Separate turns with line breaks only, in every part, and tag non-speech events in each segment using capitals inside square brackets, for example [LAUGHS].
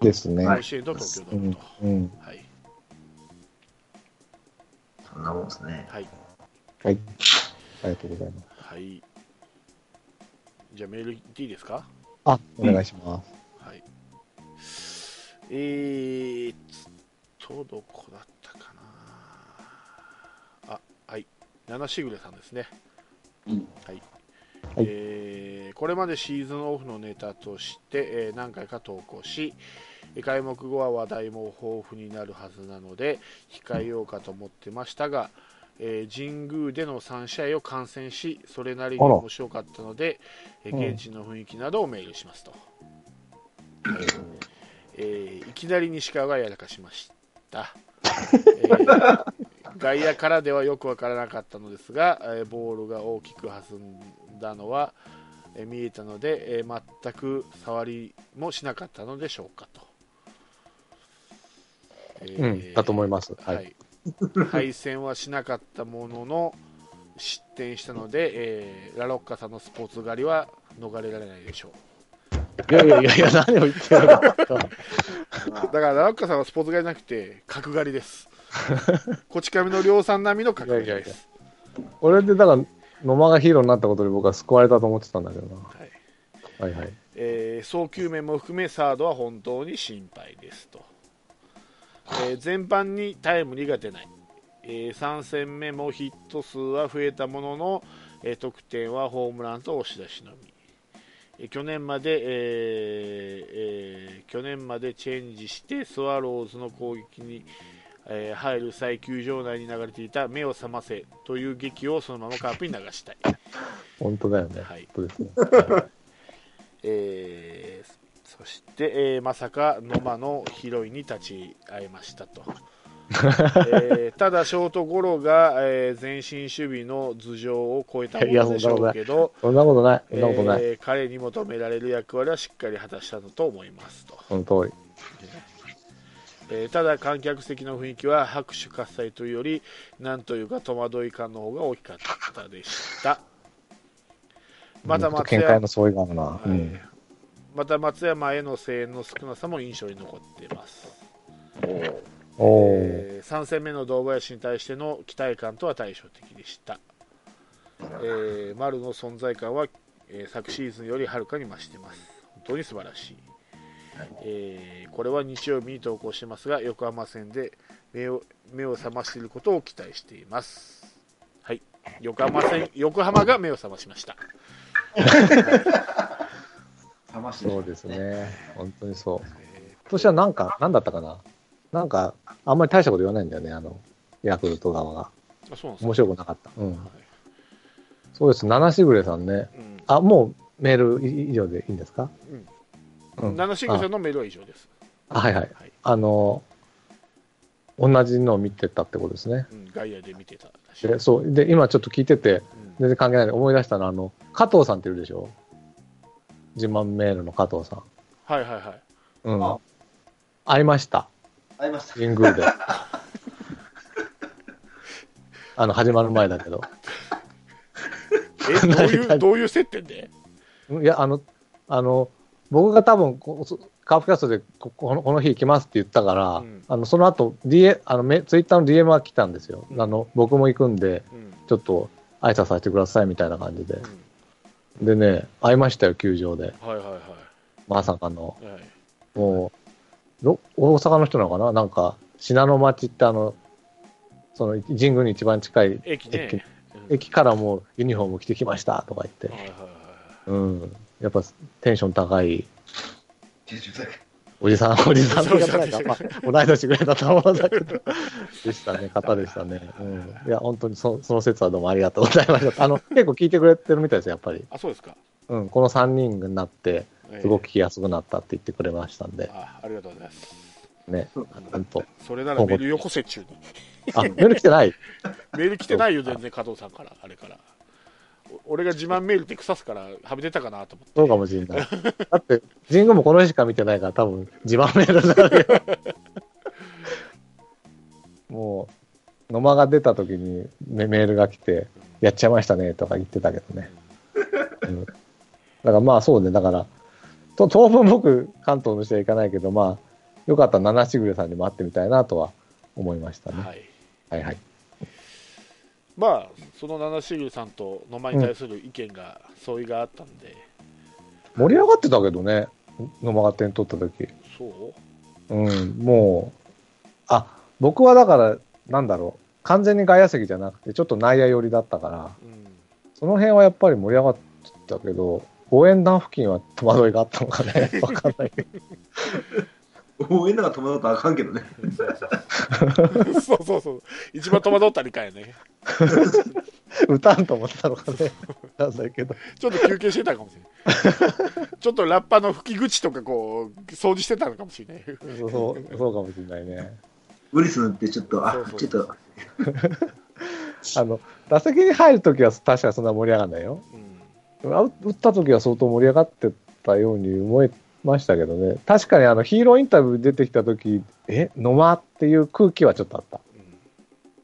ですね。
甲子園と東京ドームと。
うんうん
はい。
そんなもんですね。
はい。
はい。ありがとうございます。
はい。じゃあメールいっていいですか
あ、お願いします。
はい。えーっと、どこだったかな。あ、はい。七しぐれさんですね。
うん
はい。
はい
えーこれまでシーズンオフのネタとして、えー何回か投稿し、えー開幕後は話題も豊富になるはずなので、控えようかと思ってましたが、えー神宮での3試合を観戦し、それなりに
あら
面白かったので、えー現地の雰囲気などをメールしますと。えーいきなり西川がやらかしました、えー外野からではよくわからなかったのですが、えーボールが大きく弾んだのは、えー見えたので、えー全く触りもしなかったのでしょうかと、え
う
ー
ん、だと思います。は。
はいい、敗戦はしなかったものの失点したので、えーラロッカさんのスポーツ狩りは逃れられないでしょう
いやいやいやいや、何を言ってるのか。
だからラロッカさんはスポーツ狩りじゃなくて角刈りです
[LAUGHS]
こち亀の量産並みの角刈り
いやいや
で
いや
す
俺で、だから、野間がヒーローになったことで僕は救われたと思ってたんだけどな。
はい
はいはい。
えー送球面も含めサードは本当に心配ですと、えー全般にタイムリーが出ない、え3戦目もヒット数は増えたものの、えー得点はホームランと押し出しのみ、えー去年まで、えーえー去年までチェンジしてスワローズの攻撃に、えー入る際球場内に流れていた目を覚ませという劇をそのままカープに流したい
本当だよね。
はい
本当ですね。
えーそして、えーまさか野間のヒロインに立ち会えまし
[LAUGHS]
たと、えーただショートゴロが、えー前進守備の頭上を超えたものでしょうけど
そんなことない。そんなことない。
えー彼に求められる役割はしっかり果たしたのと思いますと、
その通り。
えーただ観客席の雰囲気は拍手喝采というよりなんというか戸惑い感の方が大きかった
[LAUGHS]
でしたまた
うん
松
見解
山
の相違があるな。う
はい
ん。
また松山への声援の少なさも印象に残っています、
おー
おー。
えー3戦目の堂林に対しての期待感とは対照的でした、えー丸の存在感は、えー昨シーズンよりはるかに増してます本当に素晴らしい、えーこれは日曜日に投稿してますが横浜戦で目を目を覚ましていることを期待していますはい横浜戦横浜が目を覚ましました
冷まして
そう
る
ですね。本当にそう。今
え
年はなんか、なんだったかななんか、あんまり大したこと言わないんだよね、あの、ヤクルト側が。
ーあそうなんですか
面白くなかった。うん
は。
そうです。七しぐれさんね。
いうん
あ、もうメール以以上でいいんですかうん
七シングさんのメールは以上です。
あはいはい
はい。
あの、同じのを見てたってことですね。
うん、ガイアで見てたらしい。
で、そう。で、今ちょっと聞いてて、
うん
全然関係ないんで思い出したのは、あの、加藤さんっているでしょ自慢メールの加藤さん。
はいはいはい。
うん
あ。
会いました。
ありました。
神宮で。あの、始まる前だけど。 [LAUGHS]
え、どうい
何
う、どういう接点で
いや、あの、あの、僕が多分こそカープキャストでここのこの日行きますって言ったから、
うん
あのその後、D、あのメツイッターの DM が来たんですよ、あの僕も行くんで、
うん。
ちょっと挨拶させてくださいみたいな感じで、
う
でね、会いましたよ、球場で、
ん、はいはいは
まさかの、
い。はい。
もう、ど大阪の人なのかな、なんか、信濃町ってあの、その神宮に一番近い
駅ね。うん
駅からもうユニフォーム着てきましたとか言って
はい、はいはい
うん、やっぱテンション高い
九十代
おじさん、おじさんって方
そ
が、
う
まあ、同い年ぐらいだと思うんだけど、でしたね、方でしたね。うん、いや、本当にそその説はどうもありがとうございました。あの、 [LAUGHS] 結構聞いてくれてるみたいです、やっぱり。
あ、そうですか。
うん、この3人になって、
えー
すごく聞きやすくなったって言ってくれましたんで、
あ、ありがとうございます。
ね、本当。
それならメールよこせっちゅうの。
あ、メール来てない
メール来てないよ、全然加藤さんから、あれから。お俺が自慢メールって腐すから、はみ出たかなと思って。
そうかもしれない。だって、神宮もこの日しか見てないから、多分、自慢メールだよ。 [LAUGHS] もう、野間が出た時にメメールが来て、やっちゃいましたね、とか言ってたけどね。うん、だからまあそうね、だから、と当分僕、関東の人は行かないけど、まあ、よかったら七しぐれさんにも会ってみたいなとは思いましたね。
はい、
はい、はい、
まあその七種類さんと野間に対する意見が、相違があったんで
盛り上がってたけどね、野間が点取った時
そう
うん、もう、あ、僕はだから、なんだろう、完全に外野席じゃなくて、ちょっと内野寄りだったから、
うん [LAUGHS]
その辺はやっぱり盛り上がってたけど、応援団付近は戸惑いがあったのかね、わかんないけど。
応援なんか友達とあかんけどね。
そうそうそう一番戸惑った理解やね
歌うと思ったのかね、わかんないけど。
ちょっと休憩してたかもしれ
[LAUGHS]
ないちょっとラッパの吹き口とかこう掃除してたのかもしれない
そう、そうそうかもしれないね。
無理するってちょっと、あ
そう、そう
ちょっと、
あの、打席に入る時は確かにそんな盛り上がらないよ。
うん
あ打った時は相当盛り上がってたように思いましたけどね、確かにあのヒーローインタビュー出てきた時え、野間っていう空気はちょっとあった。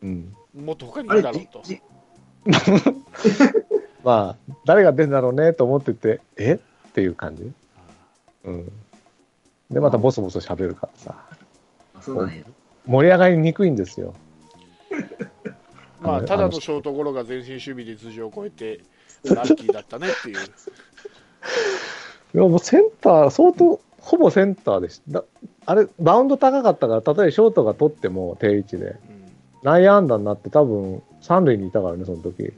うん、
うんもっと他にい
あ
る
れ
だろう
じ
と
じ
まあ、誰が出るんだろうねと思ってて、えっていう感じ。うん、で、またボソボソ喋るからさ、
あそうなんや。
盛り上がりにくいんですよ。
ま
あ
あ
の
ただのショートゴロが前進守備で頭上を越えてラッキーだったねっていう
いやもうセンター、相当、ほぼセンターでした。だあれ、バウンド高かったから、たとえショートが取っても定位置で、
うん
内野安打になって、多分三塁にいたからね、その時
うん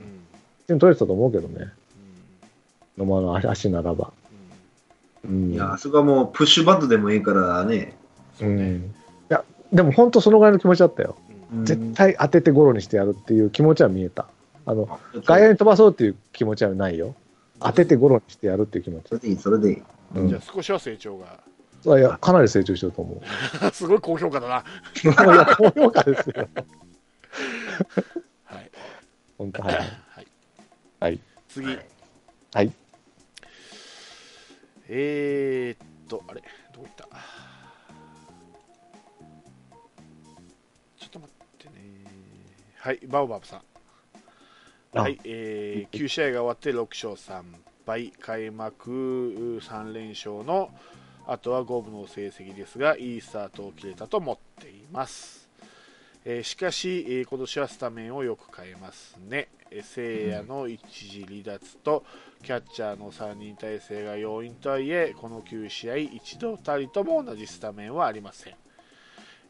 でも取れてたと思うけどね。
うん
野間の足ならば。
うん
うん
いや、あそこはもうプッシュバットでもいいからね。
そう
う
ね
んいや、でも本当そのぐらいの気持ちだったよ。
うん
うん
絶対当ててゴロにしてやるっていう気持ちは見えた。あの、外野に飛ばそうっていう気持ちはないよ。当ててゴロにしてやるっていう気持ち
そ。れでいい、それでいい。
うん
じゃあ少しは成長が [LAUGHS]
いや、かなり成長してると思う。
すごい高評価だな
い [LAUGHS] や、高評価ですよ。
はい、
本当、はい。
はい、
[LAUGHS] はい。
次
はい。
えー、っとあれどこ行ったちょっと待ってねはいバオバブさん
あ
はい、えー、9試合が終わって6勝3敗、開幕3連勝のあとは五分の成績ですが、いいスタートを切れたと思っています。えーしかし、えー今年はスタメンをよく変えますね。えー聖夜の一時離脱と、キャッチャーの3人体制が要因とはいえ、この9試合、一度たりとも同じスタメンはありません。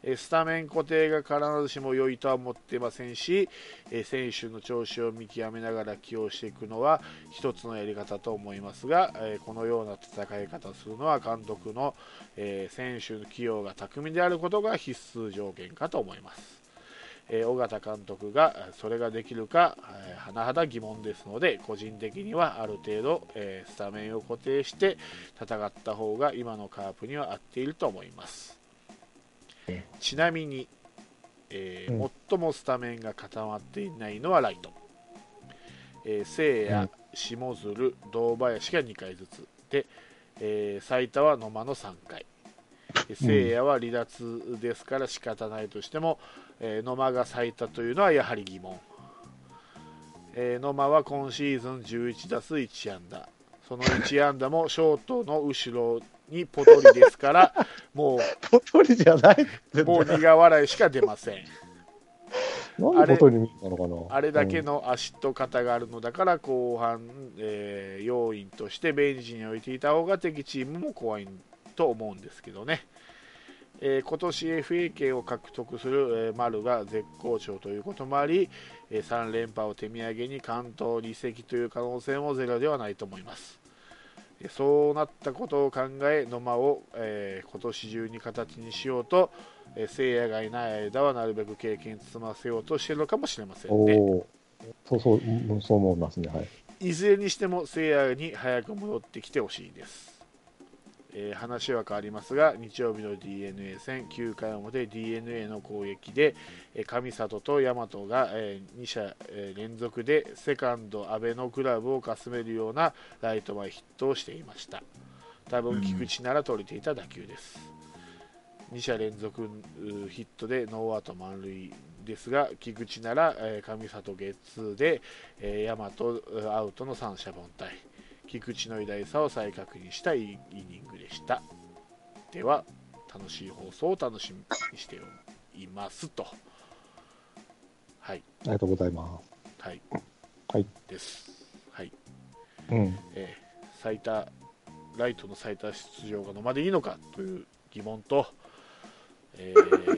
えースタメン固定が必ずしも良いとは思っていませんし、えー選手の調子を見極めながら起用していくのは一つのやり方と思いますが、えーこのような戦い方をするのは監督の、えー選手の起用が巧みであることが必須条件かと思います。えー尾形監督がえーそれができるか、えー甚だ疑問ですので個人的にはある程度、えースタメンを固定して戦った方が今のカープには合っていると思います
ね
ちなみに、えー
うん
最もスタメンが固まっていないのはライト、えー、聖
う
夜
ん、
下鶴、堂林が2回ずつで、えー最多は野間の3回えー聖夜は離脱ですから仕方ないとしても、えー野間が最多というのはやはり疑問、えー野間は今シーズン11打数1安打その1安打もショートの後ろにポトリですからも
ポトリじゃない。
うもう苦笑いしか出ません
なんでポトリに見えたのかな
あれだけの足と肩があるのだから後半、えー要員としてベンチに置いていた方が敵チームも怖いと思うんですけどね、えー今年 FA 権を獲得する、えー丸が絶好調ということもあり、え3連覇を手土産に関東に移籍という可能性もゼロではないと思いますえーそうなったことを考え野間を、えー今年中に形にしようと、えー、聖夜がいない間はなるべく経験積ませようとしているのかもしれません
お
ね
おー。そうそう、うんそう思いますね。はい。
いずれにしても聖夜に早く戻ってきてほしいです、えー話は変わりますが日曜日の d n a 戦9回表 d n a の攻撃で、えー上里と大和が、え2者、えー連続でセカンド阿部のグラブをかすめるようなライト前ヒットをしていました多分菊池なら取れていた打球です、2者連続うヒットでノーアウト満塁ですが菊池なら、えー上里ゲッツーで、えー、大和うアウトの三者凡退菊池の偉大さを再確認したいイニングでしたでは楽しい放送を楽しみにしていますと。はい、
りがとうございます。
はい、
はい。
です。はい、
うん。
えー最多ライトの最多出場が野間でいいのかという疑問と、えー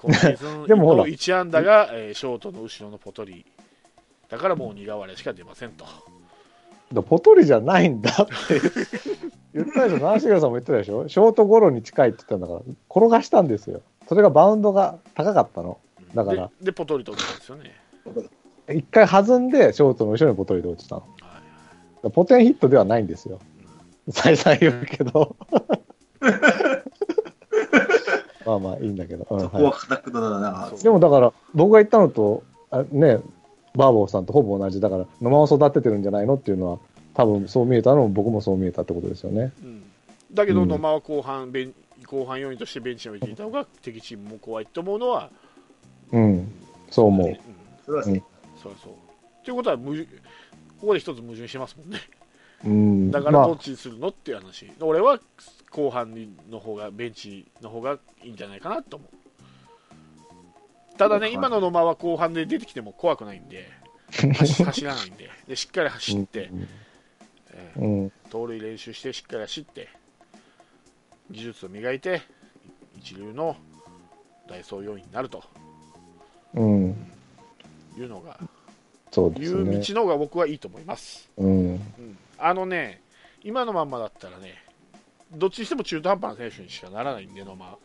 今シーズン
[LAUGHS] でもほら
1安打が、えーショートの後ろのポトリだからもう苦笑いしか出ませんと
だポトリじゃないんだって言ったでしょ、ナーシゲルさんも言ってたでし [LAUGHS] ょ、ショートゴロに近いって言ったんだから、転がしたんですよ。それがバウンドが高かったの。だから
ででポトリとったんですよね、
一回弾んで、ショートの後ろにポトリで落ちたの。だか
はい
らポテンヒットではないんですよ。再三言うけど。まあまあいいんだけど。うん
そ
はい
こは固くなだな
そう。
でもだから、僕が言ったのと、あね、バーボーさんとほぼ同じだから、野間を育ててるんじゃないのっていうのは、多分そう見えたのも僕もそう見えたってことですよね。
うん、だけど
うん
野間は後半ベン後半要員としてベンチに置いていた方が敵チームも怖いと思うのは、
うん、そう思
う。、
うん
それはね
そうそうということは矛盾ここで一つ矛盾してますもんね
うん、
だから
ま
ど
あ
っちにするのっていう話、俺は後半の方がベンチの方がいいんじゃないかなと思うただね
はい
今の野間は後半で出てきても怖くないんで走走らないんででしっかり走って、えー
うん、
盗塁練習してしっかり走って技術を磨いて一流のダイソー要員になると
うん、
いうのが、
そうで
い
す
う
ね。
道の方が僕はいいと思います
うん、
うんあのね、今のまんまだったらね、どっちにしても中途半端な選手にしかならないんで、野間は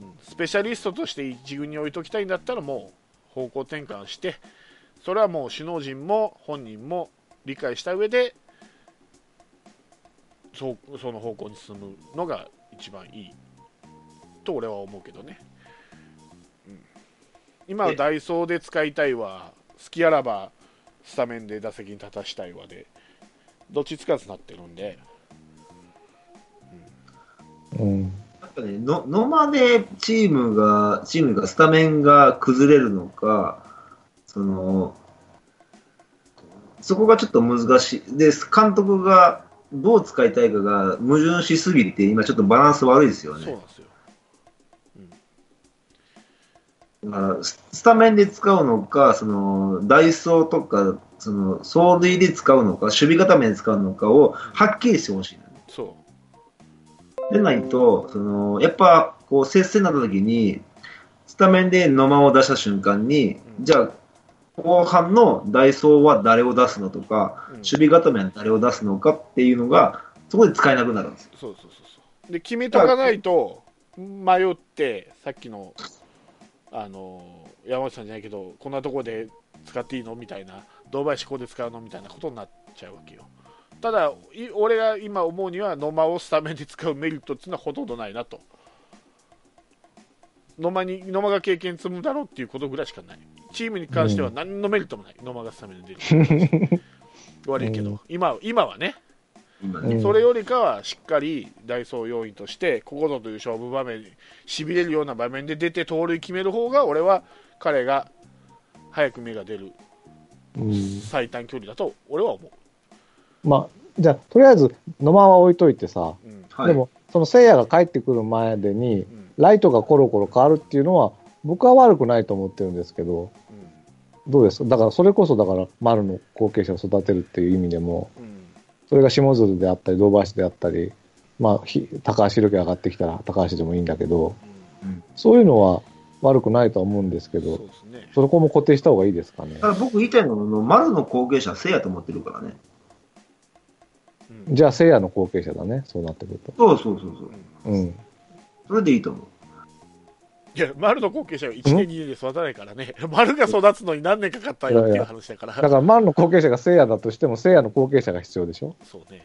うんスペシャリストとして一軍に置いときたいんだったら、もう方向転換して、それはもう首脳陣も本人も理解した上で、そうその方向に進むのが一番いいと俺は思うけどね。うん今はダイソーで使いたいわ、好きあらばスタメンで打席に立たしたいわで、どっちつかずなってるんで、
うん、
やっぱね、の野間でチームが、チームがスタメンが崩れるのか、その、そこがちょっと難しい。で、監督がどう使いたいかが矛盾しすぎて、今ちょっとバランス悪いですよ
そうな。
ね
んですよ。
だから、ススタメンで使うのか、その、ダイソーとか、その、走塁で使うのか、守備固めで使うのかを、はっきりしてほしい。
そ
でないと、そのやっぱこう接戦になった時に、スタメンで野間を出した瞬間に、
うん
じゃあ、後半のダイソーは誰を出すのとか、
う、うん
守備固めは誰を出すのかっていうのが、そこで使えなくなるんですよ。
そうそうそうそうで決めとかないと迷ってさっきのあの山内さんじゃないけどこんなとこで使っていいのみたいな堂林ここで使うのみたいなことになっちゃうわけよただい俺が今思うには野間をスタメンで使うメリットっていうのはほとんどないなと野間に野間が経験積むだろうっていうことぐらいしかないチームに関しては何のメリットもない、野間がスタメンで出てる
[LAUGHS]
悪いけど、
うん
今今はね
今
う
ね、
ん
それよりかはしっかりダイソー要員としてここぞという勝負場面しびれるような場面で出て盗塁決める方が俺は彼が早く目が出る
うん、
最短距離だと俺は思
まあ、じゃあ、とりあえず野間は置いといてさ、
う、うん
はい、
でも、その聖夜が帰ってくる前でに、
うん
ライトがコロコロ変わるっていうのは、僕は悪くないと思ってるんですけど、どうですかだから、それこそ、だから、丸の後継者を育てるっていう意味でも、
うんうん、
それが下鶴であったり、堂林であったり、まあ、ひ高橋宏樹上がってきたら高橋でもいいんだけど、そういうのは悪くないとは思うんですけ
うん、そう
ど、
ですね
そこも固定した方がいいですかね
た。だ僕言いたいのはあの、丸の後継者はせいやと思ってるからね。
うん
じゃあ、聖夜の後継者だね、そうなってくると。
そうそうそうそうう。
ん
うん。
それでいいと思う。
いや丸の後継者は1年2年で育たないからね [LAUGHS] 丸が育つのに何年かかったよっていう話だから
だから、丸の後継者が聖夜だとしても、聖夜の後継者が必要でしょ
そうね、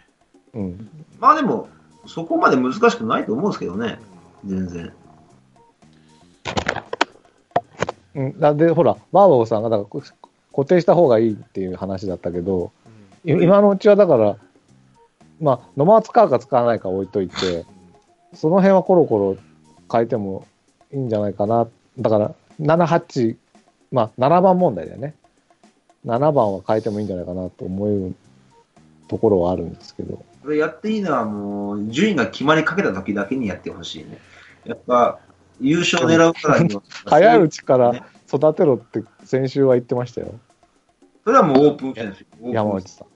うん。
まあでも、そこまで難しくないと思うんですけどね
う、ん
全然。
うん、だで、ほら、バーバーさんが、だから、固定した方がいいっていう話だったけど、
うん
い今のうちはだから、まあ、野間は使うか使わないか置いといて、その辺はコロコロ変えてもいいんじゃないかな。だから、7、8、まあ、7番問題だよね。7番は変えてもいいんじゃないかなと思うところはあるんですけど。
これやっていいのは、もう、順位が決まりかけた時だけにやってほしいね。やっぱ、優勝狙うからには
[LAUGHS] 早いうちから育てろって先週は言ってましたよ、
それはもうオープン戦ですよ。オープン
山内さん。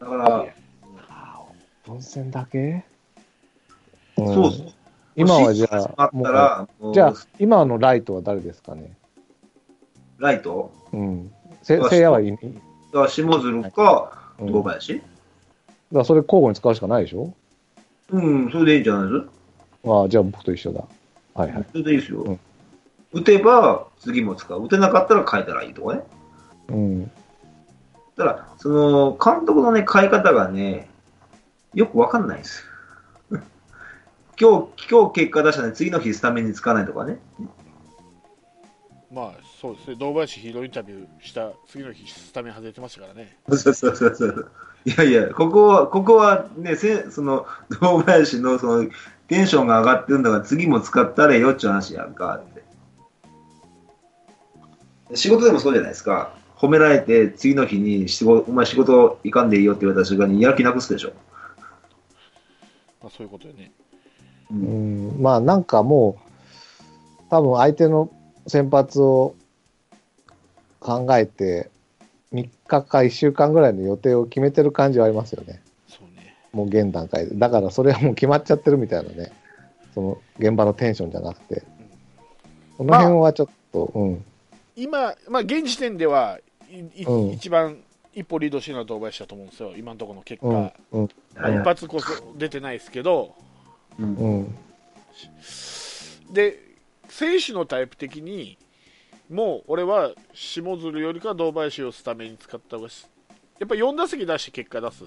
だから、
温泉だけ、ん
そうそう。
今はじゃ
シーズン
あ、
始まったら、も
もう
う
じゃあ、今のライトは誰ですかね。
ライト
うん。せせいやはいい。う
だから下鶴か、
ん、
堂
だか
林
らそれ交互に使うしかないでしょ
うん、それでいいんじゃないです
ああ、じゃあ僕と一緒だ。はいはい。
それでいいですよ。
うん
打てば、次も使う。打てなかったら変えたらいいとかね。
うん。
ただ、その、監督のね、変え方がね、よくわかんないです。 [LAUGHS] 今日、今日結果出したね、次の日スタメンにつかないとかね。 [LAUGHS]
まあそうですね、堂林ヒーローインタビューした次の日、スタメン外れてましたからね。
そうそうそうそう。いやいや、ここは、ここはね、せその、堂林のその、テンションが上がってるんだから、次も使ったれよっちゅう話やんか、って。仕事でもそうじゃないですか。褒められて、次の日に仕事、お前仕事行かんでいいよって言われた瞬間に、やる気なくすでしょ。
まあ、そういうことでね。
う。
うんん、まあなんかもう、多分相手の先発を考えて、3日か1週間ぐらいの予定を決めてる感じはありますよね。
そうね。
もう現段階で。だからそれはもう決まっちゃってるみたいなね。その現場のテンションじゃなくて。この辺はちょっと、うん。
今、まあ、現時点ではい、い
うん
一番一歩リードしてるのは堂林だと思うんですよ、今のところの結果。
うん。うん。
はい
一
はい
発こそ出てないですけど、
うん
うん。
で選手のタイプ的にもう俺は下鶴よりか堂林をスタメンに使った方がしやっぱ4打席出して結果出す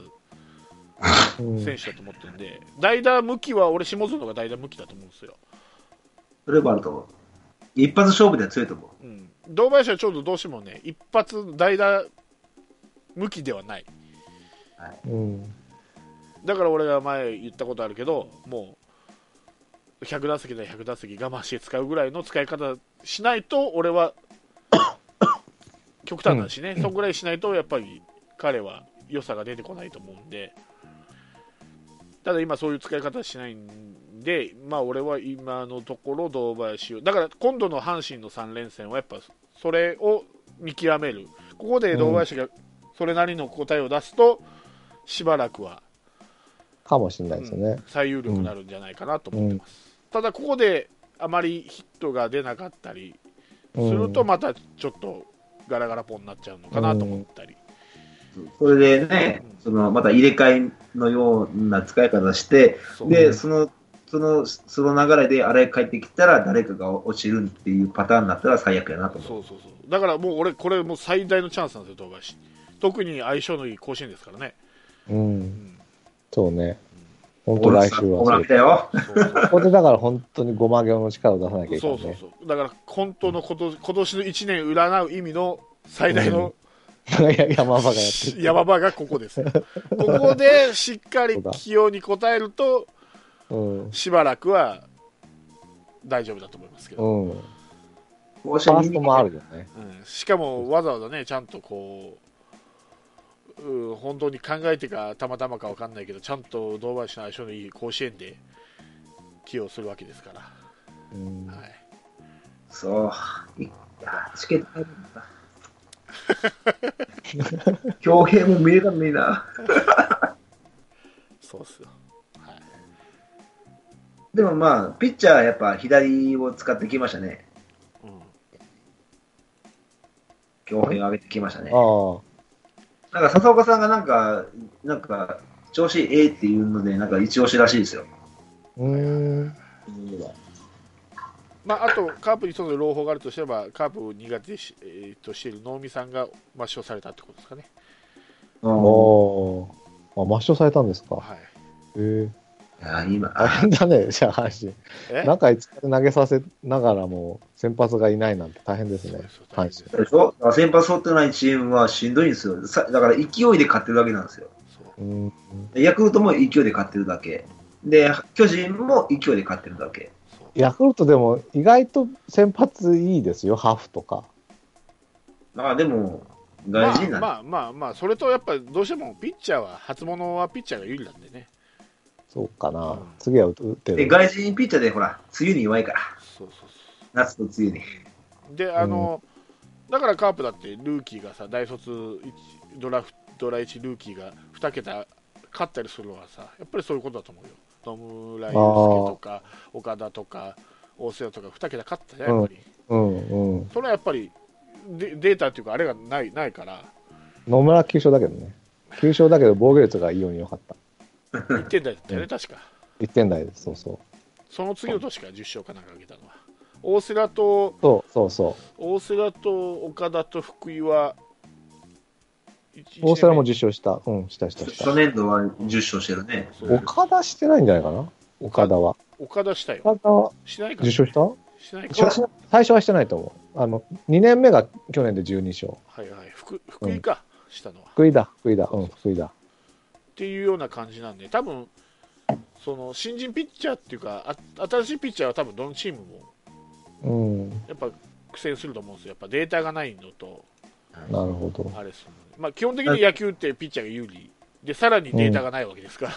うん
選手だと思ってるんで、代打向きは俺下鶴の方が代打向きだと思うんですよ、
それもあると思う。一発勝負では強いと思う。
うん、堂林はちょうどどうしてもね一発代打向きではない
うん。
だから俺が前言ったことあるけどもう100打席で100打席我慢して使うぐらいの使い方しないと俺は極端だしね、そんぐらいしないとやっぱり彼は良さが出てこないと思うんでただ今そういう使い方しないんでまあ俺は今のところ堂林をだから今度の阪神の3連戦はやっぱそれを見極めるここで堂林がそれなりの答えを出すとしばらくは
かもしれないですよね。
最有力になるんじゃないかなと思ってます、ただここであまりヒットが出なかったりすると
うん
またちょっとガラガラポンになっちゃうのかなと思ったり、
それでね、そのまた入れ替えのような使い方して、
そう
で、その、その、その流れであれ帰ってきたら誰かが落ちるっていうパターンになったら最悪やなと思う。
そうそうそうだからもう俺これもう最大のチャンスなんですよ東林特に相性のいい甲子園ですからね、
うん
う。ん、
そうね。本当来週は
ほ
そ
ら
う
来。たよ。
そうそう
ここでだから本当にごま行の力を出さなきゃいけ
そ
な
う
い
そう
ね。
そうだから本当のこと今年の1年占う意味の最大の
いや山場がやってる。
山場がここ [LAUGHS] ですここでしっかり起用に応えると
うん。
しばらくは大丈夫だと思いますけど、
うん。フ
ファー
ァーストもあるよね。
うんしかもわざわざねちゃんとこう、うん本当に考えてかたまたまかわかんないけどちゃんと堂林の相性のいい甲子園で起用するわけですから、
うん。
はい、
そう。いや、チケット入るんだ。強兵も見れたのにな。
そうっすよ、はい、
でもまあ、ピッチャーはやっぱ左を使ってきましたね。
うん
強兵を上げてきましたね。
あ
なんか笹岡さんがなんか、なんか、調子ええっていうので、なんか一押しらしいですよ。
あ。うん。
まあ、あとカープに一つの朗報があるとすればカープを苦手し、えーとしている能見さんが抹消されたってことですかね、
お
おーあ、抹消されたんですか。
は
へ
い、
え。
いや今、
大変だね、じゃあ阪
え
神。中5日で投げさせながらも先発がいないなんて大変ですね
そうで
阪
す。そう
神。
でしょだから先発取ってないチームはしんどいんですよ。さだから勢いで勝ってるだけなんですよ。
そう
うん。
ヤクルトも勢いで勝ってるだけ。で、巨人も勢いで勝ってるだけ。
そう
ヤクルトでも意外と先発いいですよ、ハーフとか。
まあでも、大事なんで、
まあまあまあまあそれとやっぱどうしてもピッチャーは初物はピッチャーが有利なんでね
そうかな。次は打って
で、
る。
外人ピッチャーでほら、梅雨に弱いから。
そうそうそ
夏と梅雨に。
うであの、だからカープだってルーキーがさ大卒一ドラフドラ1ルーキーが2桁勝ったりするのはさやっぱりそういうことだと思うよ野村祐介とか岡田とか大瀬良とか2桁勝ったじゃんやっぱり、
うんうん。
それはやっぱりデデータっていうかあれがないないから
野村9勝だけどね。9勝だけど防御率が異様に良かった。
1点台だったよね確か
1点台です。そうそう。
その次の年から10勝かなんかあげたのは大瀬良と
そうそうそ
大瀬良と岡田と福井は
う。大瀬良も
10
10勝した。うん、したしたした。
初年度は10勝してるね。
岡田してないんじゃないかな岡田は。
岡田したよ
岡田は
しないか
10勝した
しない
し
か
はし最初はしてないと思う。あの、2年目が去年で12勝。
はいはい福福井か、したのは
福井だ、福井だ、うん、福井だ。
っていうような感じなんで多分その新人ピッチャーっていうかあ新しいピッチャーは多分どのチームも
うん、
やっぱ苦戦すると思うんですよやっぱデータがないのと
なるほど。
あれですもんねまあ、基本的に野球ってピッチャーが有利でさらにデータがないわけですから、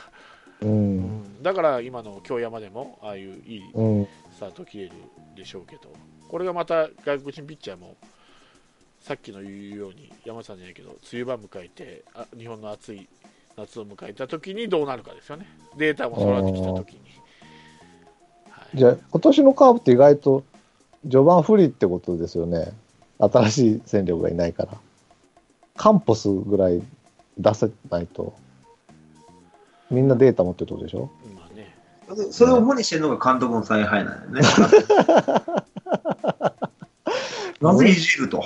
うん、
だから今の京山でもああいういい
うん、
スタート切れるでしょうけどこれがまた外国人ピッチャーもさっきの言うように山内さんじゃないけど梅雨場迎えてあ日本の暑い夏を迎えた時にどうなるかですよねデータも揃ってきた時に、はい、
じゃあ、今年のカーブって意外と序盤不利ってことですよね。新しい戦力がいないから。カンポスぐらい出せないと、みんなデータ持ってるってことでしょ
まあね
それを主にしてるのが監督の采配な
[LAUGHS]
んだよね。なぜいじると。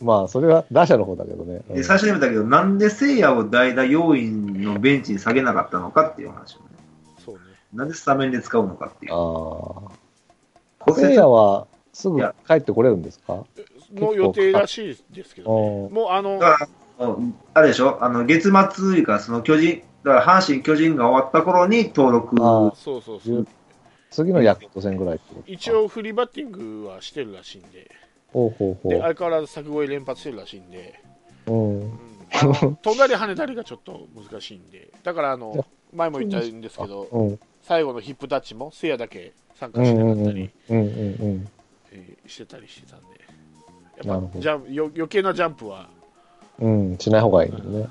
まあ、それは打者の方だけどね。うん
で最初にも言ったけど、なんで聖夜を代打要員のベンチに下げなかったのかっていう話をね。
そうね
なんでスタメンで使うのかっていう。
あ
骨
あ。せ
折
いやはすぐ帰ってこれるんですか
もう予定らしいですけどね
おー
もうあの
だから、うんあれでしょ、あの月末いうか、その巨人、だから阪神、巨人が終わった頃に登録、
あー
そうそうそう
次のヤクルト戦ぐらいってことか
一。応フリーバッティングはしてるらしいんで
ほうほう
で相変わらず柵越え連発してるらしいんで
ほう。うん。
あの飛んだり跳ねたりがちょっと難しいんで、だからあの前も言ったんですけど、
うん。
最後のヒップタッチもせいやだけ参
う
加
ん
しな
う
か
ん
っ
う
た
ん
り、
うんうん
えーしてたりしてたんで、
な
や
る
っ
ほ
ぱ
ど
ジャンよ余計なジャンプは、
うん、うんしない方がいいね。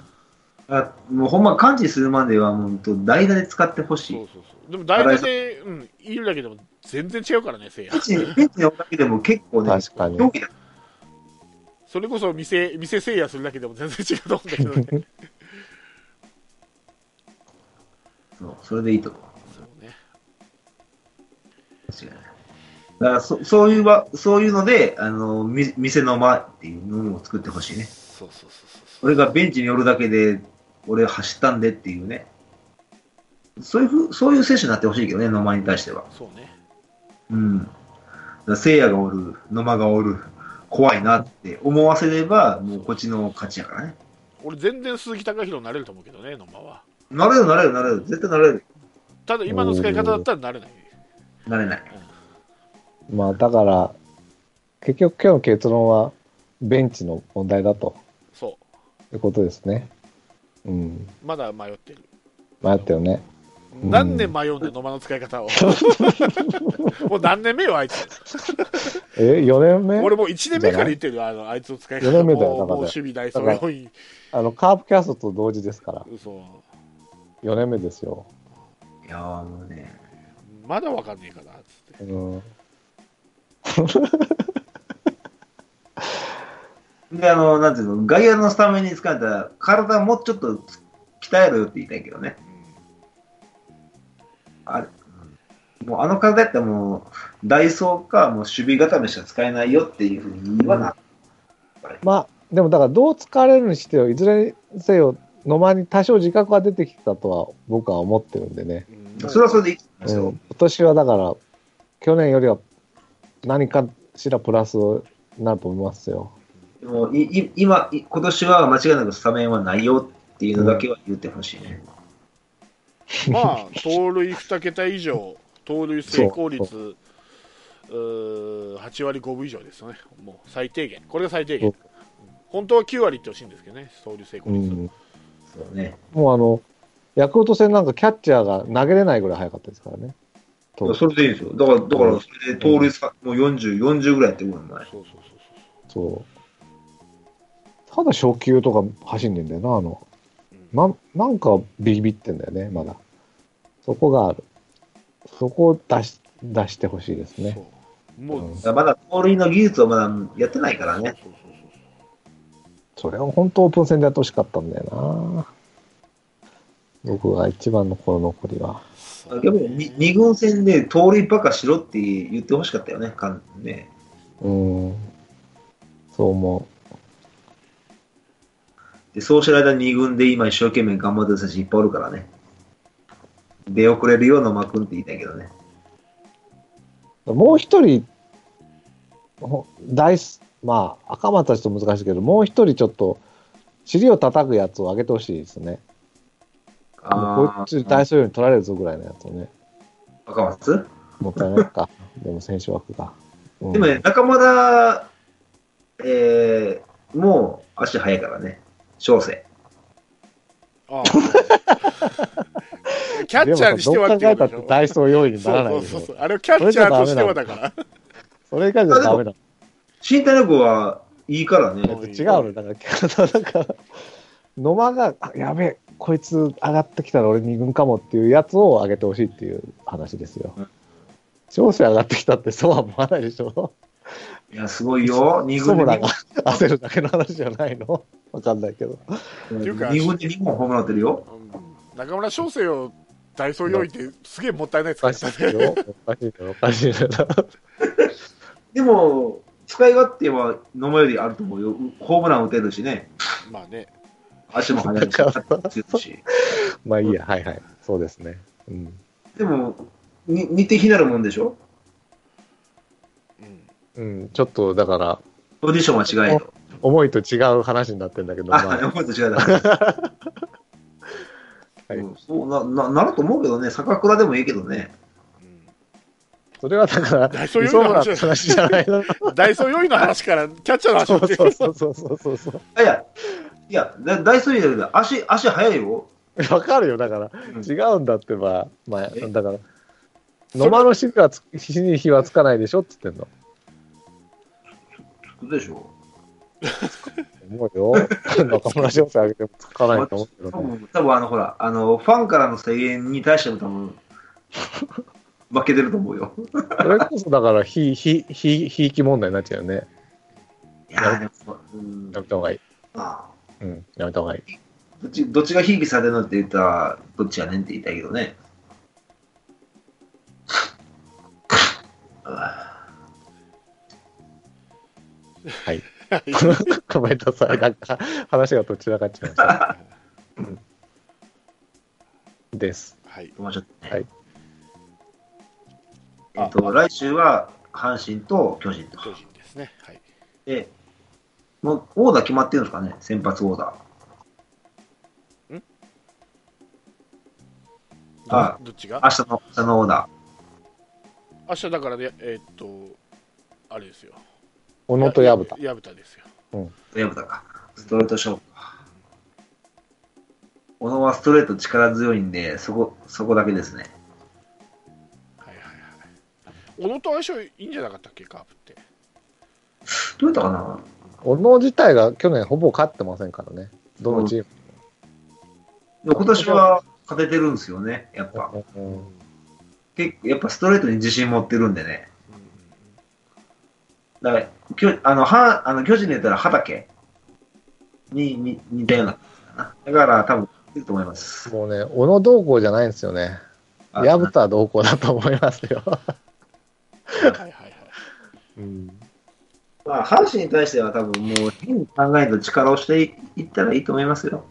あもうほんま完治するまでは、もうほんと代打で使ってほし
そう
い。
そうそう、でも大体で、うん、いるだけでも全然違うからね、せいや
ベン。チベンチに置くだけでも結構ね、
確かに
狂気だ
それこそ店、店せいやするだけでも全然違うと思うんだけどね。
[LAUGHS]
そうそれでいいと思う。
そうね
間違いないだからそそういうわそういうのであのみ店の間っていうのを作ってほしいね。
そうそうそうそうそう。
俺がベンチに寄るだけで俺走ったんでっていうね。そういうふうそういう選手になってほしいけどね、野間に対しては。
そうね。
うん。だから聖夜がおる、野間がおる、怖いなって思わせれば、もうこっちの勝ちやからね。
俺全然鈴木貴弘になれると思うけどね、野間は。
なれる、なれる、なれる。絶対なれる。
ただ今の使い方だったらなれない。
なれない。
まあだから、結局今日の結論は、ベンチの問題だと
そ
いうことですね。うん。
う。まだ迷ってる。
迷ったよね。ん
何年迷うんだよ、野間の使
[LAUGHS]
い方を。もう何年目よ、あいつ。
え、4年目
俺もう1年目から言ってるよ、あのあいつの使い方
四年目だよ
もう
だから
もう守備大層4位。
あの、カープキャストと同時ですから、
そう。
4年目ですよ。
いやーもうね。
まだわかんねえかな、つって。
うん。
で、あの、なんていうの、外野のスタメンに使えたら、体もうちょっと鍛えろよって言いたいけどね。あれ、うんもうあの体やったらもう、ダイソーか、もう守備固めしか使えないよっていうふうに言わな。
まあ、でもだからどう使われるにしてよ、いずれにせよ、野間に多少自覚が出てきたとは僕は思ってるんでね。
うんうん
それはそれでいいと思います
うん、
よ。
今年はだから、去年よりは何かしらプラスになると思いますよ。
でもいい今、い今年は間違いなくスタメンはないよっていうのだけは言ってほしいね。
まあ、盗塁2桁以上、盗塁成功率うー8割5分以上ですよね、もう最低限。これが最低限
そ。
本当は9割いってほしいんですけどね、盗塁成功
う
率。
ん、
そうね。
もうあの、ヤクルト戦なんかキャッチャーが投げれないぐらい速かったですからね。
いやそれでいいんですよ。だから、だから、それで盗塁さ、もう40、40ぐらいやってくるんだね。
そうそうそう
そう。ただ初球とか走んでんだよな、あの。
そう、
ななんかビビってんだよね、まだ。そこがある。そこを出し出してほしいです
うん
ね。
そうも
う
う、
ん
だからまだ盗塁の技術をまだやってないから
そ
ね。
うそうそうそ
そ
う
れを本当オープン戦でやってほしかったんだよな。僕が一番の心残りは。
そう
逆にに二軍戦で盗塁ばっかしろって言ってほしかったよね、かんね
うん。そう思
でそうしてる間に二軍で今一生懸命頑張ってる選手いっぱいおるからね。出遅れるようなマくんって言いたいけどね。
う。もう一人、ほ大す、まあ、赤松はちょっと難しいけど、もう一人ちょっと、尻を叩くやつを上げてほしいですね。もうこ
あ
いつ
ー
大数よに取られるぞぐらいのやつをね。
赤松
もったいない
[LAUGHS]
か。でも選手枠が。うん
でもね、中村、えー、もう足速いからね、小生。
あ [LAUGHS] あキャッチャーにしては
でもさどう考えたって
ことでしょ
ダイソー用意にならない
そう
でし
そう
ょ。
そうあれをキャッチャーとしてはだから
それ以外じゃダメだ。
身体力はいいからね。
もう
違うの、だから、なんか、野間が、あやべえ、こいつ上がってきたら俺二軍かもっていうやつを上げてほしいっていう話ですよ
うん。
調子上がってきたってそうは思わないでしょ。
いや、すごいよ。二
そう
軍で
だ
2
が
本。
焦るだけの話じゃないのわかんないけど。
ていうか
二軍で2本ホームラン打ってるよ。
うん中村翔成をダイソー用意ってすげえもったいない
お
使
か
い
し
方
いよ。おかしいよ。おかしいよ。
でも、使い勝手は野間よりあると思うよ。ホームラン打てるしね。
まあね
足も速い
[LAUGHS]
し、
だ
肩
か
も強いし。
まあいいや、はいはい。そうですね。うん。
でも、に似て非なるもんでしょ
うん
うん、ちょっとだから、
ポジションは違えよ。
思いと違う話になってんだけど、ま
あ、
あ、
山本違え
[LAUGHS]
た。
はい
うんそうなななると思うけどね、坂倉でもいいけどね。
それはだから、
ダイソー
理
用意
想
の
な
話じゃ
話じゃないの。
ないダイソー用意の話からキャッチャーの話
そう
になって
そうそうそうそうそう。
あいや、いや、だダイソーじゃなくて、足、足速いよ。
わかるよ、だから、
うん
違うんだってば、まあ、
え
だから、野間の死にはつ死に火はつかないでしょって言ってんの。
そうでしょ
思うよ。中村翔さんあげてもつかないと思うけ
多
どね。
分、多分あの、ほら、あの、ファンからの声援に対しても多
[LAUGHS]
分、負けてると思うよ。
それこそ、だから、ひ、ひ、ひ、ひいき問題になっちゃうよね。
いやーでもそう、うん、
やめた方がいい。
まあ、
うん、やめた方がいい。
どっち、どっちがひいきされるのって言ったら、どっちやねんって言いたいけ
[LAUGHS]
どね。あ
はい。
はい
ごめんなさい。なんか、話がどちらかっちゃいました。です。
はい
ーもうちょっとね。
はい
えっと、来週は阪神と巨人と。
巨人ですねはい
で、もうオーダー決まってるんですかね、先発オーダあ
どっち
ー。
が
明日の、明日のオーダ
明日だからねえーっとあれですよ
小野と矢蓋。
やぶたですよ
ー。と、矢蓋か。ストレート勝負か。小野はストレート力強いんで、そこ、そこだけですね。
はいはいはい小野と相性いいんじゃなかったっけカープって
どうやったかな
小野自体が去年ほぼ勝ってませんからね。どのチーム
でも今年は勝ててるんですよね、やっぱ。
も。う
うんん
結構やっぱストレートに自信持ってるんでね。だから、きょあの、は、あの、巨人で言ったら畑に、に、似たような。だから、多分、いると思います。
もうね、小野同行じゃないんですよね。
あ
矢蓋同行だと思いますよ。
はいはいはい
[LAUGHS] うん、
まあ、阪神に対しては多分もう変に考えと力をしていったらいいと思いますよ。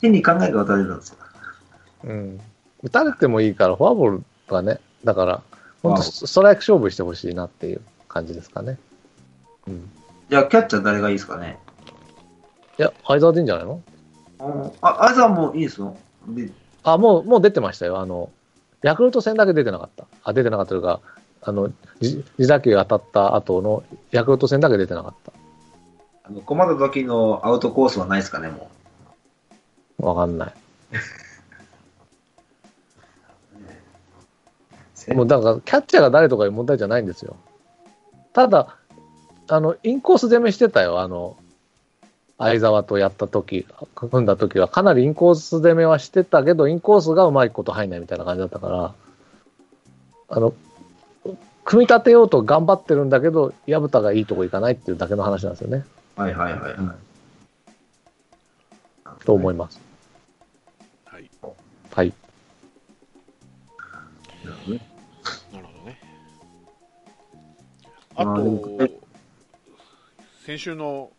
変に考えが渡れるんですよ。
打たれてもいいから、フォアボールがね、だから、本当ストライク勝負してほしいなっていう感じですかね。うん、
じゃあ、キャッチャー誰がいいですかね。
いや、相沢でいいんじゃないの
あ、あざもいいですよ。で、
あ、もう、もう出てましたよ。あの、ヤクルト戦だけ出てなかった。あ、出てなかったというか、あの、じ自打球が当たった後のヤクルト戦だけ出てなかっ
あの困った時のアウトコースはないですかね、も
た。わかんない。もうだから、キャッチャーが誰とかいう問題じゃないんですよ。ただ、あの、インコース攻めしてたよ、あの、相沢とやった時、組んだ時は、かなりインコース攻めはしてたけど、インコースがうまいこと入んないみたいな感じだったから、あの、組み立てようと頑張ってるんだけど、薮田がいいとこ行かないっていうだけの話なんですよね、
はいはいはいはい。
と思います。
はい。
はい。
なるほどね
なるほどね。あ
まあでも
と、先週の、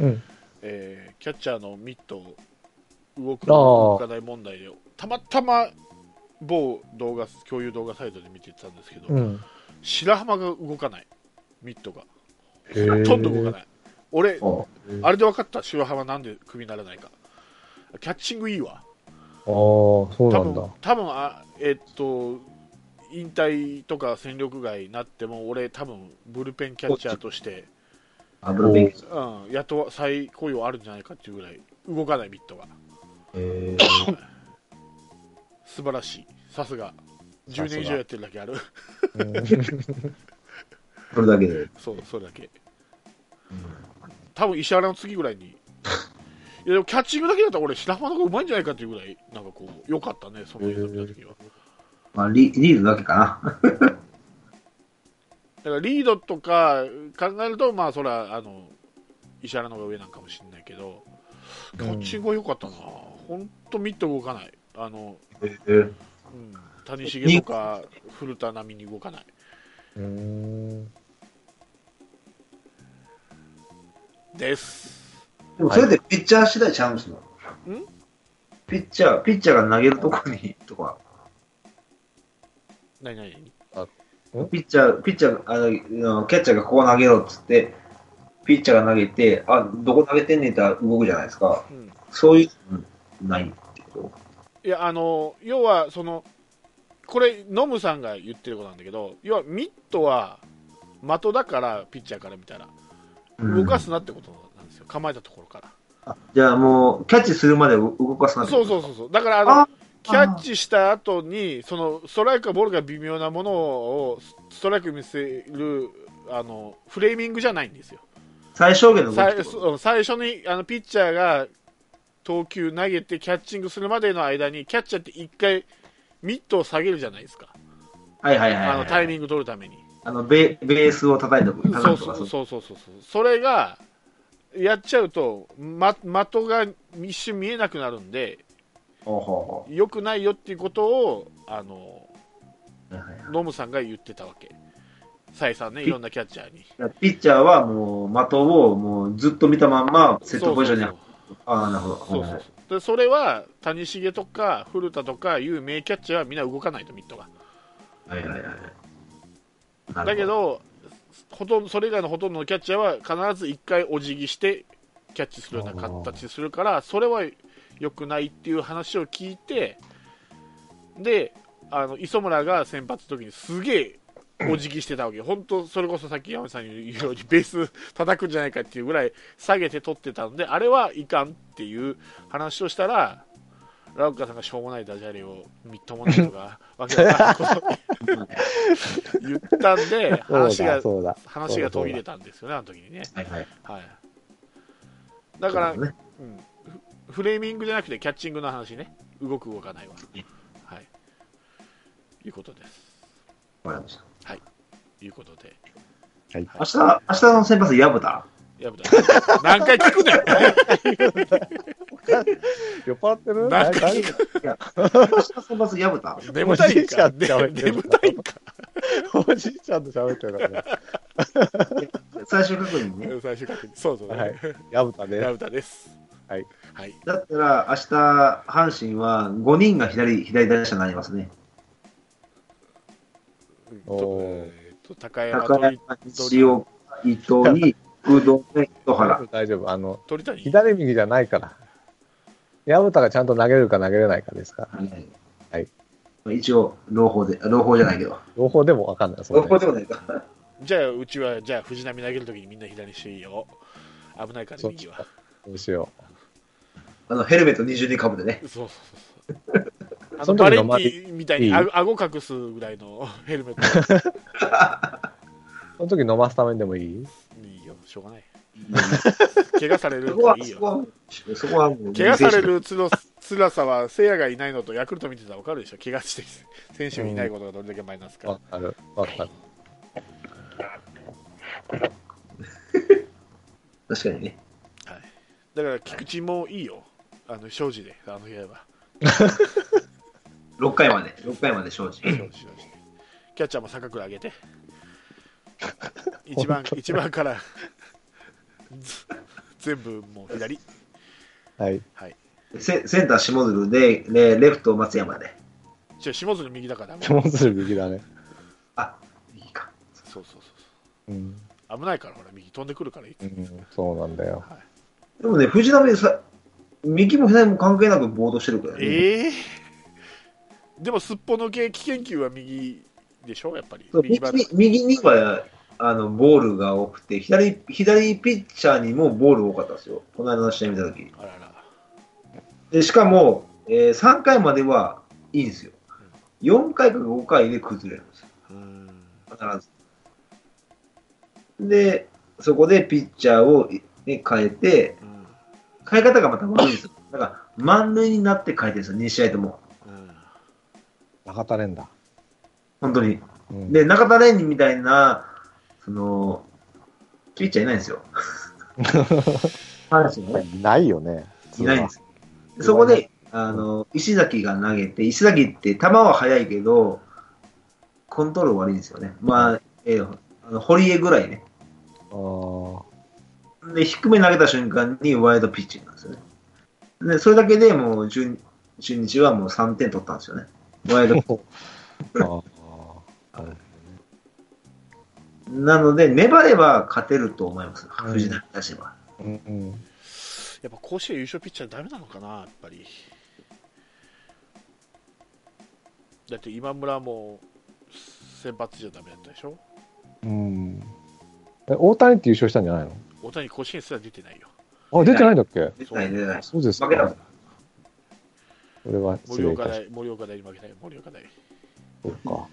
うん。
えーキャッチャーのミット動く
あー
動かない問題でたまたま某動画共有動画サイトで見てたんですけど、
うん。
白浜が動かないミットが
へー
ほとんど動かない俺
お
あれで分かった白浜なんでクビにならないかキャッチングいい
あ
わ
あ、そうな
多
んだ
分。多分あえっと引退とか戦力外になっても俺多分ブルペンキャッチャーとして、
あブルペン
うん、雇わ再雇用あるんじゃないかっていうぐらい動かないミットが
え
素晴らしいさすが10年以上やってるだけある
ー、これだけで。
そうそれだけ多分石原の次ぐらいにいやでもキャッチングだけだったら俺白浜の方がうまいんじゃないかっていうぐらいなんかこう良かったねその映像見た時は
まあリ、リードだけかな。
だからリードとか考えるとまあそらあの石原の方が上なんかもしれないけどキャッチングは良かったな本当ミット動かないあの、うん、谷繁とか古田並みに動かない
[LAUGHS] うん。
です
でもそれでピッチャー次第ちゃうんすの。
ん
ピッチャー、ピッチャーが投げるとこに、とか、
何何
ピッチャー、ピッチャーが、あの、キャッチャーがここ投げろっつって、ピッチャーが投げて、あ、どこ投げてんねんって動くじゃないですか。
うん
そういうのないってこ
いやあの要はそのこれノムさんが言ってることなんだけど要はミットは的だからピッチャーから見たら
と。
動かすなってことなんですよ、構えたところから、
あじゃあもう、キャッチするまで動かさない。
そうそう
う。
そうそうだからあの
あ
キャッチした後にそのストライクかボールが微妙なものをストライクに見せるあのフレーミングじゃないんですよ
最小限の動きっ
最
てこと。
そう最初にあのピッチャーが投球投げてキャッチングするまでの間にキャッチャーって一回ミットを下げるじゃないですか
はいはいはいはい。
あのタイミング取るために、
あのベベースを叩いてく
そう
叩くと
そ
か
う
そ
そううそうそうそうそれがやっちゃうと、ま、的が一瞬見えなくなるんで
ほうほ
良くないよっていうことをあの
うほうはいはい
ノムさんが言ってたわけ再三ねいろんなキャッチャーに
だからピッチャーはもう的をもうずっと見たまんまセットポジションに
そう
ああなるほど
そうそうそう
はいはい
そうでそれは谷繁とか古田とかいう名キャッチャーはみんな動かないとミットが
はいはいはいなるほ
だけどほとんどそれ以外のほとんどのキャッチャーは必ず1回お辞儀してキャッチするような形するからそれは良くないっていう話を聞いてであの磯村が先発の時にすげえお辞儀してたわけよ本当それこそさっき山内さんに言うようにベース叩くんじゃないかっていうぐらい下げて取ってたのであれはいかんっていう話をしたらラウカさんがしょうもないダジャレをみっともないとかわけわからんこと言ったんで
そう
話
だ、
が
そうだ。
話が途切れたんですよね、あの時にね。
はいはい
はい、だから、
そうだね
うん、フフレーミングじゃなくてキャッチングの話ね、動く、動かないは。はい、いうことです。
わかりました
いうことで。
はい
明日明日の先発矢蓋
やぶ
[LAUGHS]
た何回聞くねん
酔っ払ってる
なんか
大丈
明日の先発矢蓋
眠たい
お
んか、
じいちゃん
ね
って言われてる
眠たいんか
夫おじいちゃんと喋ってるからね。
最終確認ね
最終確認。そうそう、ね。
はい。やぶた
や
ね。
ぶたです。
はい。
はい。
だったら明日阪神は5人が左左打者になりますね
うんと
おー
えーと高山
高山
鳥
西岡伊藤に有働糸原
大丈夫。あの、
鳥谷。
左右じゃないから。やぶたがちゃんと投げれるか投げれないかですから。
はい一応朗報で朗報じゃないけど
両方でもわかんない。そ
朗
れ
報でもないか [LAUGHS]
じゃあ、うちは、じゃあ、藤波投げるときにみんな左にしていいよ。危ないから
そっ
右
ち
は
か。。どうしよ
あのヘルメット二重にかぶでね。
そうそう
[LAUGHS]
そうそう。あ
そ
の
の
バ
時
レ
の周り
ンティンみたいにあ顎隠すぐらいの [LAUGHS] ヘルメッ
その時飲ますためにでもいい
トにいいよ、しょう
[LAUGHS]
がない。怪我される
そ
と
こは、
いい
そ
よ
こ。は、そこはもう、
怪我されるつの辛さは、せいやがいないのと、ヤクルト見てたら分かるでしょ、怪我して、選手がいないことがどれだけマイナスか。
わかる。わかる。
確かにね。
だから、菊池もいいよ、あの庄司で、あの部屋は。
6回まで、6回まで正直。
庄司庄司キャッチャーも坂倉上げ [LAUGHS] て、一番一番からず全部もう左、
はい。
セセンター下鶴で、でレフト松山で。
ちょ下鶴右だから、もう
気もするべきだね。
あ、いいか。
そうそうそ
うん。
う、危ないから、ほら、右飛んでくるからいい、
うん、そうなんだよ。
はい
でもね、藤浪さ、右も左も関係なくボードしてるからね。
ええでもすっぽ抜け危険球は右でしょやっぱり
そう
右
右
バッ
に右にはあのボールが多くて左、左ピッチャーにもボール多かったんですよ、この間の試合見たとき。
あらら
でしかも、えー3回まではいいんですよ。4回か5回で崩れるんですよ、
うん
必ず。で、そこでピッチャーを、ね、変えて、
うん
変え方がまた悪いんですよ。だから満塁になって変えてるんですよ、2試合とも。
うん
中田連だ。
本当に。
うん。
で、中田レンみたいな、その、ピッチャーいないんですよ。阪神はね
ないよね。
いないんです。そこで、あの、石崎が投げて、石崎って球は速いけど、コントロール悪いんですよね。まあ、ええあの堀江ぐらいね。
あー
で、低め投げた瞬間にワイドピッチングなんですよね。で、それだけでもう中、中日はもう3点取ったんですよね。ワイド。
あー。あー
なので、粘れば勝てると思います。
うん
藤浪打線は。
うんうん。
やっぱ甲子園優勝ピッチャーダメなのかなやっぱりだって今村も先発じゃダメだったでしょ
うん。え、大谷って優勝したんじゃない
大谷甲子園すら出てないよ
のあ、出てないんだっけ
絶対出ない。
そうですか。
負けたもん
これは失
盛
礼い
岡
たし
大盛岡大に負けない盛岡大
ましたか。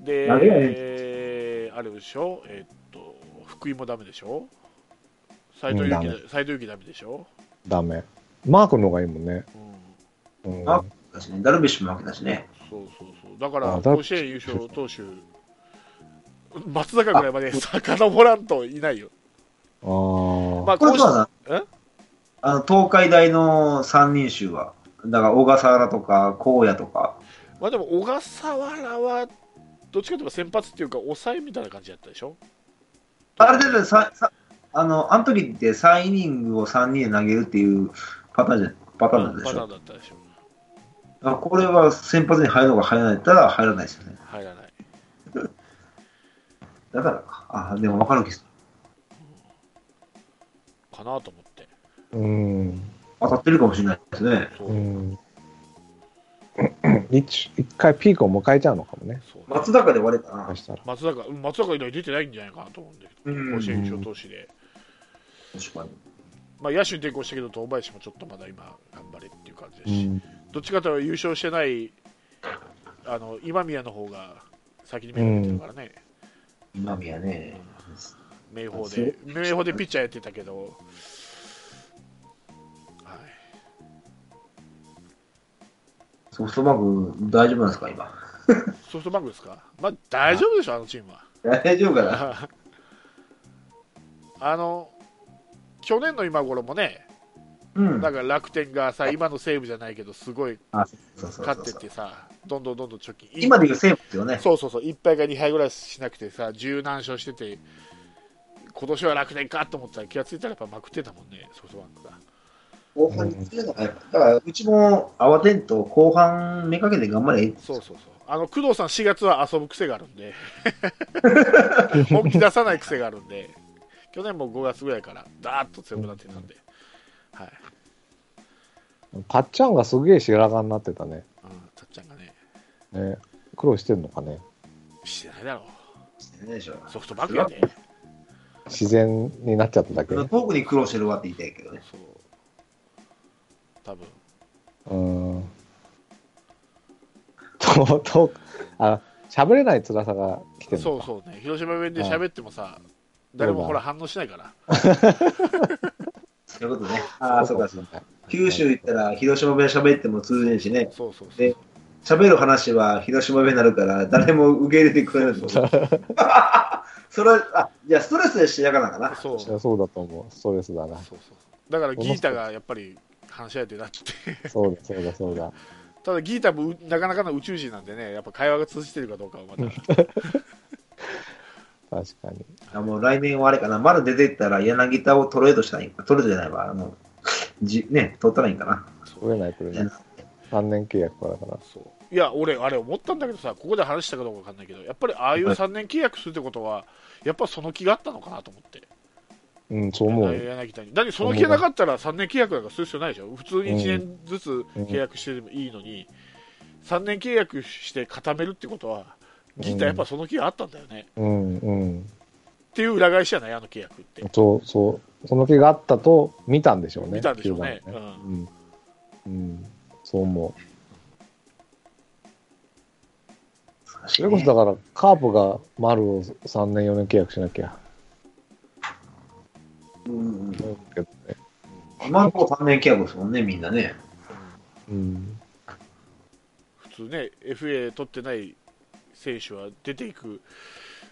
で、
投げない
えーあれでしょ、えーっと福井もダメでしょ斎藤
うん
佑
ダ
樹だ斎藤佑樹ダメでしょ、
ダメ。マークの方がいいもんね。
うん、
うん。
あだしねダルビッシュも負けたしね。
そうそうそうだから
あだ
甲子園優勝投手松坂ぐらいまで遡らんといないよ
あー
まあ
これ
甲
そう
子
だ
え
な。あの、東海大の三人衆は、だから小笠原とか、荒野とか、
まあでも小笠原はどっちかというと先発っていうか抑えみたいな感じだったでしょ
あれで、ささあの、あの時って3イニングを3人で投げるっていうパターンじゃパターンなんで
パ
し
ター
ょ
ン。だったでしょ
あこれは先発に入るのが入らないったら入らないですよね。
入らない
だからか。あ、でも分かる気す
かなと思って
うん。
当たってるかもしれないですね。
そう、
うん。一一回ピークを迎えちゃうのかもね。
そう
松坂で割れたな
そ。したら。
松坂うん松坂以来出てないんじゃないかなと思うんだけ
う
ど甲
ん
子園優勝投手で
確かに。
まあ、野手に抵抗したけど、堂林もちょっとまだ今、頑張れっていう感じだ
う
し、
ん。
どっちかというと優勝してないあの今宮の方が先に目が出てるからね、
今宮ね。
明豊で、明豊でピッチャーやってたけど、は
ソフトバンク大丈夫なんですか、今。
い、ソフトバンクですか、まあ、大丈夫でしょ、あのチーム
大丈夫かな。
は。 [LAUGHS] あの去年の今頃もね、
うん。
だから楽天がさ、今の西武じゃないけど、すごい
あ、そうそうそう
勝
そ
っ
う
てってさ、どんどんどんどん貯金、
今で言うセーブですよね。
そうそうそう、1敗か2敗ぐらいしなくてさ、十何勝してて、今年は楽天かと思ったら気がついたらやっぱまくってたもんね、ソフトバンクが。
後半に強いのがやっぱだからうちも慌てんと後半めかけて頑張れ。
そうそうそう。あの、工藤さん4月は遊ぶ癖があるん
[LAUGHS]
で、本気出さない癖があるんで、去年も5月ぐらいから、だーっと強くなってたんで、はい。
かっちゃんがすげえ白髪になってたね。
うん、たっちゃんがね、
ね。苦労してるのかね。
してないだろ
してないでしょ
う。ソフトバンクやで、
自然になっちゃっただけ。
トークに苦労してるわって言いたいけどね。
そう。多分
うん。と、と、あ、喋れない辛さが来てる
そ
の
う
か。
そうね広島弁で喋ってもさ誰もほら反応しないから
そういうことね。ああ、そうか。
か。
九州行ったら広島弁喋っても通じんしね。
そうそうそう
で喋る話は広島弁になるから誰も受け入れてくれないと [LAUGHS] 思うそれはあじゃあストレスでしてやかなんかな
そう
いやそうだと思う。ストレスだな。
そうそうだからギータがやっぱり話し合えてなって
そうだ、そうだ、そうだ。
ただギータもうなかなかの宇宙人なんでねやっぱ会話が通じてるかどうかはまた
確かに。
あもう来年はあれかなまだ出てったら柳田をトレードしたらいいトレードじゃないわあのじね取ったらいいんかな
取れない、取れない。3年契約からだから。
そういや俺あれ思ったんだけどさここで話したかどうかわかんないけどやっぱりああいう3年契約するってことはやっぱその気があったのかなと思って
うん、そう思うよ。
柳田にだってその気がなかったら3年契約なんかする必要ないでしょ普通に1年ずつ契約してもいいのに3年契約して固めるってことはギータやっぱその気があったんだよね、
うん、うん。
っていう裏返しじゃないあの契約って、
そう、そう。その気があったと見たんでしょうね。
見たんでしょうね
球団はねうん。うん。そう思う。
難し
そ
いね
れこそだから、カープが丸を3年、4年契約しなきゃ。
うんうん今のところ3年契約ですもんねみんなね
うん。
普通ね FA 取ってない選手は出ていく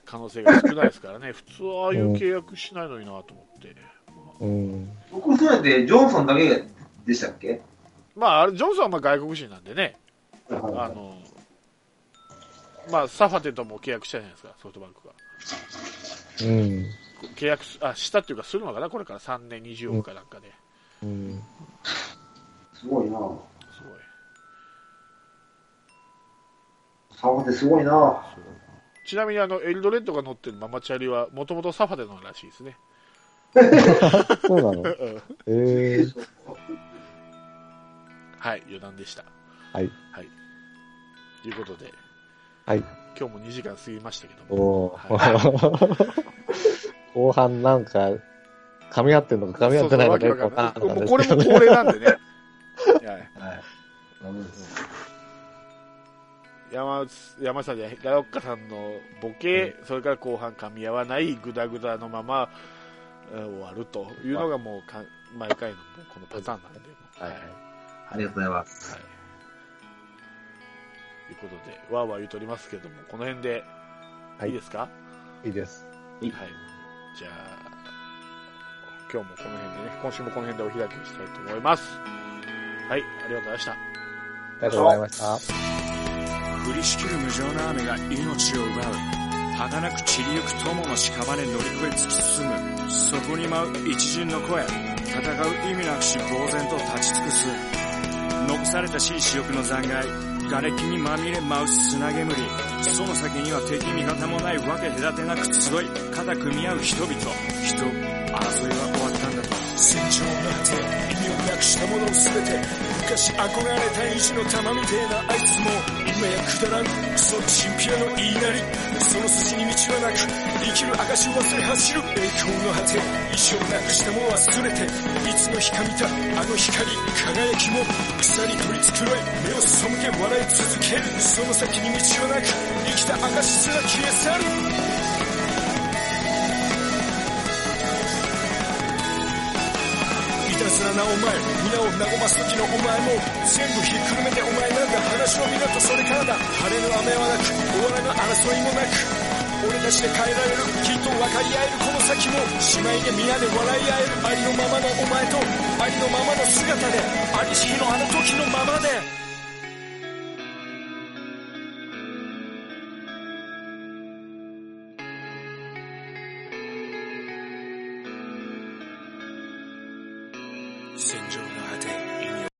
可能性が少ないですからね普通ああいう契約しないのになと思って、
うん。
僕そうやってジョンソンだけでしたっけ
まああれジョンソンはまあ外国人なんでねあのまあサファテとも契約したじゃないですかソフトバンクが
うん。
契約すあしたっていうかするのかなこれから3年20億かなんかで、
うん。
すごいな
すごい
サーですごいな
ちなみにあのエルドレッドが乗ってるママチャリはもともとサファテのらしいですね
そうな
[LAUGHS]
のええ
はい余談でした
はい。
はいということで
はい。
今日も2時間過ぎましたけども
お [LAUGHS]
はい
ー後半なんか、噛み合ってんのか噛み合ってないのかよくわかんなか
そうそうわ
った
けわかんないもう
です
これ
けど
も恒例なん
[LAUGHS]
でねはい
はいダメです
山内山内さんじゃないラロッカさんのボケ、それから後半噛み合わないグダグダのまま、えー終わるというのがもうか毎回のこのパターンなんで、
はい
はい
ありがとうございます
はいということでわーわー言うとりますけどもこの辺で
はいい
いですか、
いいです。
い
はい、じゃあ今日もこの辺でね今週もこの辺でお開きにしたいと思いますはいありがとうございました
ありがとうございました。
降りしきる無情な雨が命を奪う儚く散りゆく友の屍乗り越え突き進むそこに舞う一陣の声戦う意味なくし呆然と立ち尽くす残されたしい死翼の残骸瓦礫にまみれ舞う砂煙その先には敵味方もないわけ隔てなく集い肩組み合う人々人争いは終わったんだと戦場が果て意味をなくしたものを全て昔憧れた意地の玉みてえなあいつも今やくだらんクソチンピラの言いなりその筋に道はなく生きる証を忘れ走る栄光の果て意地をなくしたものは忘れていつの日か見たあの光輝きも草に取り繕い目を背け笑い続けるその先に道はなく生きた証すら消え去るいたずらなお前皆を和ます時のお前も全部ひっくるめてお前なんか話を見ろとそれからだ晴れの雨はなく終わらぬ争いもなく俺たちで変えられるきっと分かり合えるこの先も姉妹で皆で笑い合えるありのままのお前とありのままの姿でありしきのあの時のままで戦場の果て意味を